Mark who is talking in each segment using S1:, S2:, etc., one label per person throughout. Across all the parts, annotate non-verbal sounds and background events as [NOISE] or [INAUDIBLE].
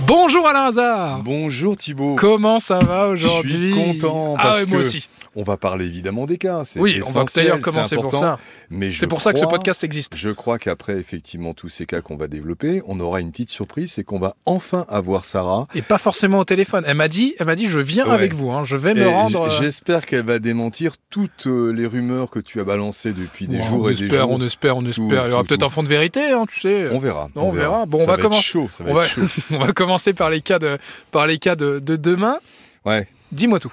S1: Bonjour Alain Hazard
S2: Bonjour Thibaut.
S1: Comment ça va aujourd'hui
S2: Je suis content
S1: Ah
S2: parce
S1: ouais, moi
S2: que
S1: aussi.
S2: on va parler évidemment des cas. C'est
S1: Oui, on va
S2: essentiel,
S1: d'ailleurs
S2: c'est
S1: commencer pour
S2: important,
S1: ça.
S2: Mais je
S1: C'est pour ça que ce
S2: crois-
S1: podcast existe.
S2: Je crois qu'après effectivement tous ces cas qu'on va développer, on aura une petite surprise, c'est qu'on va enfin avoir Sarah.
S1: Et pas forcément au téléphone. Elle m'a dit, elle m'a dit, je viens
S2: Ouais.
S1: avec vous. hein, Je vais
S2: Et
S1: me rendre.
S2: j-
S1: euh,
S2: J'espère qu'elle va démentir toutes euh, les rumeurs que tu as balancées depuis des
S1: bon,
S2: jours
S1: on
S2: et des
S1: espère,
S2: jours.
S1: on espère, on espère. Il y aura
S2: tout,
S1: peut-être
S2: tout.
S1: un fond de vérité, hein, tu sais.
S2: On verra.
S1: Non, on verra. Bon, on
S2: Ça
S1: va
S2: être
S1: commencer.
S2: chaud, ça va
S1: On
S2: être
S1: va-
S2: chaud.
S1: [LAUGHS] On va commencer par les cas de, par les cas de, de demain.
S2: Ouais.
S1: Dis-moi tout.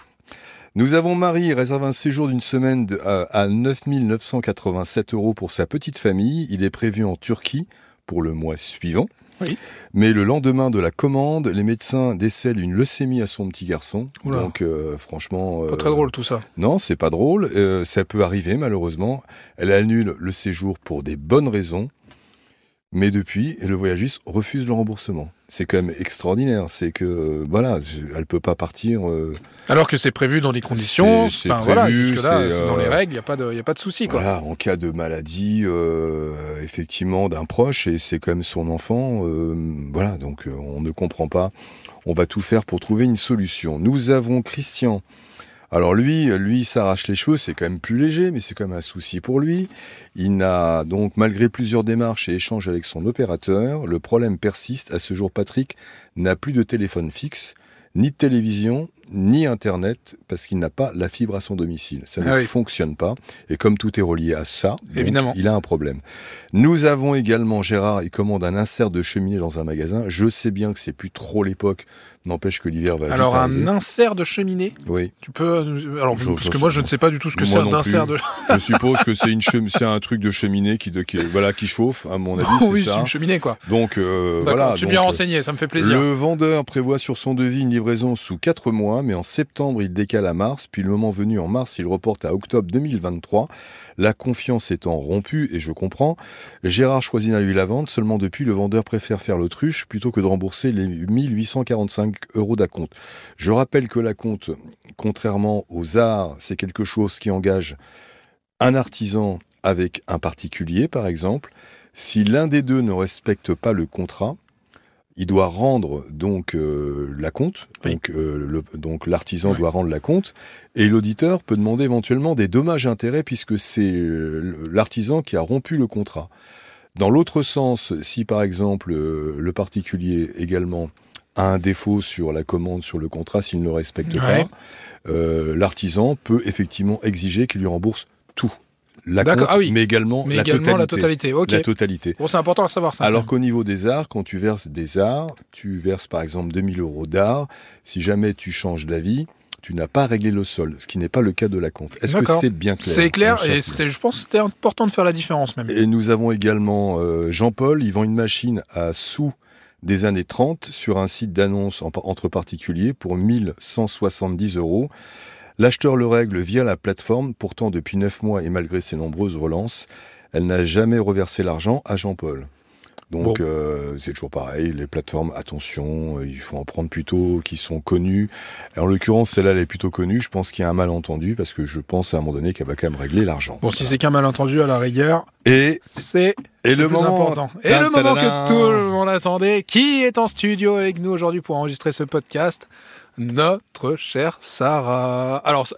S2: Nous avons Marie, réserve un séjour d'une semaine de- à- à 9 987 euros pour sa petite famille. Il est prévu en Turquie pour le mois suivant.
S1: Oui.
S2: Mais le lendemain de la commande, les médecins décèlent une leucémie à son petit garçon.
S1: Oula.
S2: Donc euh, franchement...
S1: Pas
S2: euh,
S1: très drôle tout ça.
S2: Non, c'est pas drôle. Euh, ça peut arriver malheureusement. Elle annule le séjour pour des bonnes raisons. Mais depuis, le voyagiste refuse le remboursement. C'est quand même extraordinaire. C'est que, euh, voilà, elle peut pas partir... euh,
S1: Alors que c'est prévu dans les conditions.
S2: c'est
S1: Enfin voilà,
S2: prévu,
S1: jusque là,
S2: c'est,
S1: c'est dans les
S2: euh,
S1: règles. Il y a pas de, il y a pas de souci quoi.
S2: Voilà, en cas de maladie, euh, effectivement, d'un proche, et c'est quand même son enfant, euh, voilà, donc euh, on ne comprend pas. On va tout faire pour trouver une solution. Nous avons Christian. Alors lui, euh, lui il s'arrache les cheveux, c'est quand même plus léger, mais c'est quand même un souci pour lui. Il n'a donc, malgré plusieurs démarches et échanges avec son opérateur, le problème persiste. À ce jour, Patrick n'a plus de téléphone fixe, ni de télévision, ni Internet, parce qu'il n'a pas la fibre à son domicile. Ça ne
S1: Ah oui.
S2: fonctionne pas. Et comme tout est relié à ça, donc,
S1: Évidemment.
S2: il a un problème. Nous avons également Gérard, il commande un insert de cheminée dans un magasin. Je sais bien que c'est plus trop l'époque, n'empêche que l'hiver va
S1: Alors
S2: vite
S1: un
S2: arriver.
S1: insert de cheminée.
S2: Oui,
S1: Tu peux. euh, nous- Alors,
S2: Je-
S1: parce
S2: je-
S1: que moi, je ne sais pas du tout ce que c'est
S2: Moi
S1: un
S2: non
S1: insert
S2: plus.
S1: de.
S2: je suppose que c'est une chemi- c'est un truc de cheminée qui, de- qui- voilà, qui chauffe, à mon avis, c'est
S1: [LAUGHS] oui, c'est
S2: ça.
S1: une cheminée, quoi.
S2: Donc euh,
S1: D'accord,
S2: voilà.
S1: je suis bien
S2: donc, euh,
S1: renseigné, ça me fait plaisir.
S2: Le vendeur prévoit sur son devis une livraison sous 4 mois, mais en septembre, il décale à mars, puis le moment venu en mars, il reporte à octobre 2023. La confiance étant rompue, et je comprends, Gérard choisit à lui la vente, seulement depuis, le vendeur préfère faire l'autruche plutôt que de rembourser les 1845 euros d'acompte. Je rappelle que l'acompte, contrairement aux arts, c'est quelque chose qui engage un artisan avec un particulier, par exemple. Si l'un des deux ne respecte pas le contrat, il doit rendre donc euh, la compte,
S1: Oui.
S2: donc euh, le- donc l'artisan
S1: Ouais.
S2: doit rendre la compte, et l'auditeur peut demander éventuellement des dommages et intérêts puisque c'est euh, l'artisan qui a rompu le contrat. Dans l'autre sens, si par exemple euh, le particulier également a un défaut sur la commande, sur le contrat, s'il ne le respecte
S1: Ouais.
S2: pas, euh, l'artisan peut effectivement exiger qu'il lui rembourse tout, la
S1: D'accord,
S2: compte,
S1: ah oui.
S2: mais également,
S1: Mais
S2: la,
S1: également
S2: totalité,
S1: la totalité. Ok.
S2: La totalité.
S1: Bon, c'est important à savoir ça.
S2: Alors qu'au niveau des arts, quand tu verses des arts, tu verses par exemple 2000 euros d'art, si jamais tu changes d'avis, tu n'as pas réglé le sol, ce qui n'est pas le cas de la compte. Est-ce que
S1: D'accord.
S2: c'est bien clair
S1: c'est clair,
S2: mon cher
S1: et
S2: Thibaut
S1: c'était, je pense que c'était important de faire la différence même.
S2: Et nous avons également euh, Jean-Paul, il vend une machine à sous des années 30 sur un site d'annonce en- entre particuliers pour 1170 euros. L'acheteur le règle via la plateforme, pourtant depuis 9 mois et malgré ses nombreuses relances, elle n'a jamais reversé l'argent à Jean-Paul. Donc euh, c'est toujours pareil, les plateformes, attention, euh, il faut en prendre plutôt qui sont connues. En l'occurrence, celle-là, elle est plutôt connue, je pense qu'il y a un malentendu parce que je pense à un moment donné qu'elle va quand même régler l'argent.
S1: Bon, si c'est qu'un malentendu à la rigueur,
S2: Et,
S1: c'est
S2: et
S1: le,
S2: le
S1: plus
S2: moment
S1: important. Et le moment que
S2: Tadadam.
S1: tout le monde attendait, qui est en studio avec nous aujourd'hui pour enregistrer ce podcast Notre chère Sarah. Alors, ça-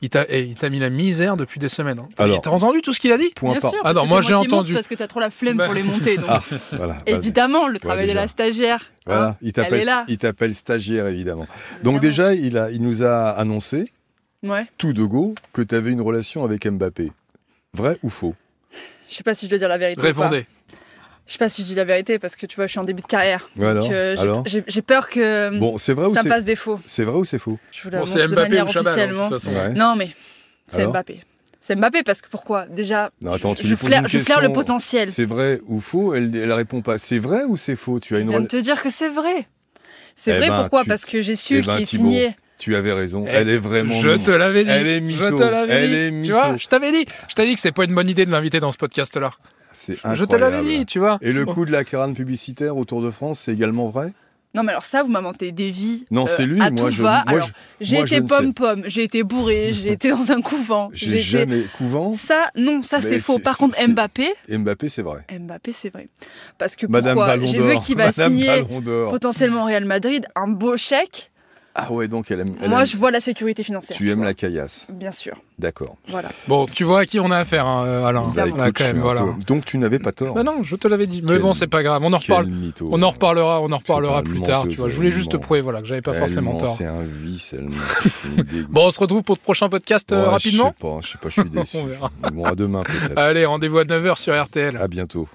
S1: il t'a, eh, il t'a mis la misère depuis des semaines. hein.
S2: Alors.
S1: T'as entendu tout ce qu'il a dit
S2: Point
S3: Bien
S2: par.
S3: sûr,
S1: Ah
S3: parce
S1: non,
S3: que
S1: moi,
S3: c'est
S1: j'ai
S3: qui monte
S1: entendu.
S3: Parce que t'as trop la flemme
S1: Bah.
S3: pour les monter. Donc,
S2: Ah, voilà. vas-y.
S3: évidemment, le travail de
S2: déjà.
S3: la stagiaire.
S2: Voilà,
S3: hein.
S2: il
S3: elle est
S2: t'appelle,
S3: là.
S2: il t'appelle stagiaire évidemment. Donc
S3: Évidemment.
S2: déjà, il a, il nous a annoncé
S3: Ouais.
S2: tout de go que tu avais une relation avec Mbappé. Vrai ou faux
S3: Je sais pas si je dois dire la vérité. ou pas.
S1: Répondez.
S3: Je sais pas si je dis la vérité parce que tu vois, je suis en début de carrière.
S2: Ouais, Alors,
S3: Donc, euh, j'ai-
S2: alors
S3: j'ai j'ai peur que hum,
S2: bon, c'est vrai ou
S3: ça me
S2: c'est,
S3: fasse défaut.
S2: c'est vrai ou c'est faux
S3: Je vous
S1: Bon,
S3: l'annonce
S1: c'est
S3: Bah, de
S1: Mbappé ou
S3: manière
S1: Chabal, hein, de
S3: officiellement.
S1: toute façon.
S2: Ouais.
S3: non, mais c'est
S2: Alors
S3: Mbappé. C'est Mbappé parce que pourquoi Déjà,
S2: Non, attends, tu
S3: je,
S2: lui poses
S3: flaire,
S2: une
S3: je flaire le
S2: question.
S3: potentiel.
S2: C'est vrai ou faux Elle, elle répond pas. C'est vrai ou c'est faux Tu as
S3: Je
S2: une
S3: viens de
S2: rela-
S3: te dire que c'est vrai. C'est
S2: Eh
S3: vrai
S2: ben,
S3: pourquoi
S2: tu-
S3: Parce que j'ai su
S2: eh
S3: qu'il
S2: ben,
S3: est
S2: Thibaut,
S3: signé.
S2: Tu avais raison.
S1: Eh,
S2: elle est vraiment.
S1: Je
S2: non.
S1: te l'avais dit.
S2: Elle est mytho.
S1: Je te l'avais
S2: Elle
S1: dit.
S2: est
S1: Tu
S2: mytho.
S1: vois, je t'avais dit. Je t'ai dit que c'est pas une bonne idée de l'inviter dans ce podcast-là.
S2: C'est
S1: Je te l'avais
S2: incroyable.
S1: dit, tu vois.
S2: Et le
S1: Bon.
S2: coup de la carane publicitaire au Tour de France, c'est également vrai
S3: Non, mais alors ça, vous m'inventez des vies.
S2: Non,
S3: euh,
S2: c'est lui.
S3: à
S2: Moi,
S3: tout
S2: je,
S3: va.
S2: moi,
S3: Alors,
S2: je-
S3: J'ai
S2: moi, je
S3: été
S2: ne sais
S3: pomme-pomme, j'ai
S2: [LAUGHS]
S3: été bourré, j'ai été dans un couvent.
S2: j'ai
S3: été-
S2: jamais couvent.
S3: Ça, non, ça
S2: Mais
S3: c'est faux.
S2: c'est-
S3: Par
S2: c'est-
S3: contre,
S2: c'est-
S3: Mbappé,
S2: Mbappé, c'est vrai.
S3: Mbappé, c'est vrai. Parce que
S2: Madame
S3: pourquoi
S2: Ballon
S3: J'ai vu
S2: d'Or.
S3: qu'il
S2: [LAUGHS]
S3: va
S2: Madame
S3: signer
S2: Ballon d'Or.
S3: potentiellement au Real Madrid un beau chèque.
S2: Ah ouais, donc elle aime. elle
S3: Moi,
S2: aime-
S3: je vois la sécurité financière.
S2: Tu aimes
S3: vois.
S2: la caillasse,
S3: Bien sûr,
S2: d'accord.
S3: voilà.
S1: Bon, tu vois à qui on a affaire, hein, euh, Alain.
S2: Bah,
S1: Là,
S2: écoute,
S1: quand
S2: je suis
S1: même,
S2: un
S1: voilà.
S2: peu- Donc tu n'avais pas tort.
S1: Bah non, je te l'avais dit. Mais
S2: Quel-
S1: bon, c'est pas grave. On en
S2: Quel
S1: reparle.
S2: mytho.
S1: On en reparlera. On en reparlera
S2: C'est
S1: plus
S2: un
S1: tard.
S2: menteuse,
S1: Tu vois, je voulais
S2: elle
S1: juste te
S2: ment.
S1: prouver, voilà, que j'avais pas
S2: Elle
S1: forcément
S2: ment,
S1: tort.
S2: C'est un vice,
S1: [LAUGHS]
S2: elle ment.
S1: Bon, on se retrouve pour le prochain podcast euh, rapidement.
S2: Je sais pas, je sais pas, je suis
S1: [LAUGHS]
S2: déçu.
S1: On verra.
S2: Bon, à demain peut-être.
S1: Allez, rendez-vous à 9h sur RTL.
S2: À bientôt.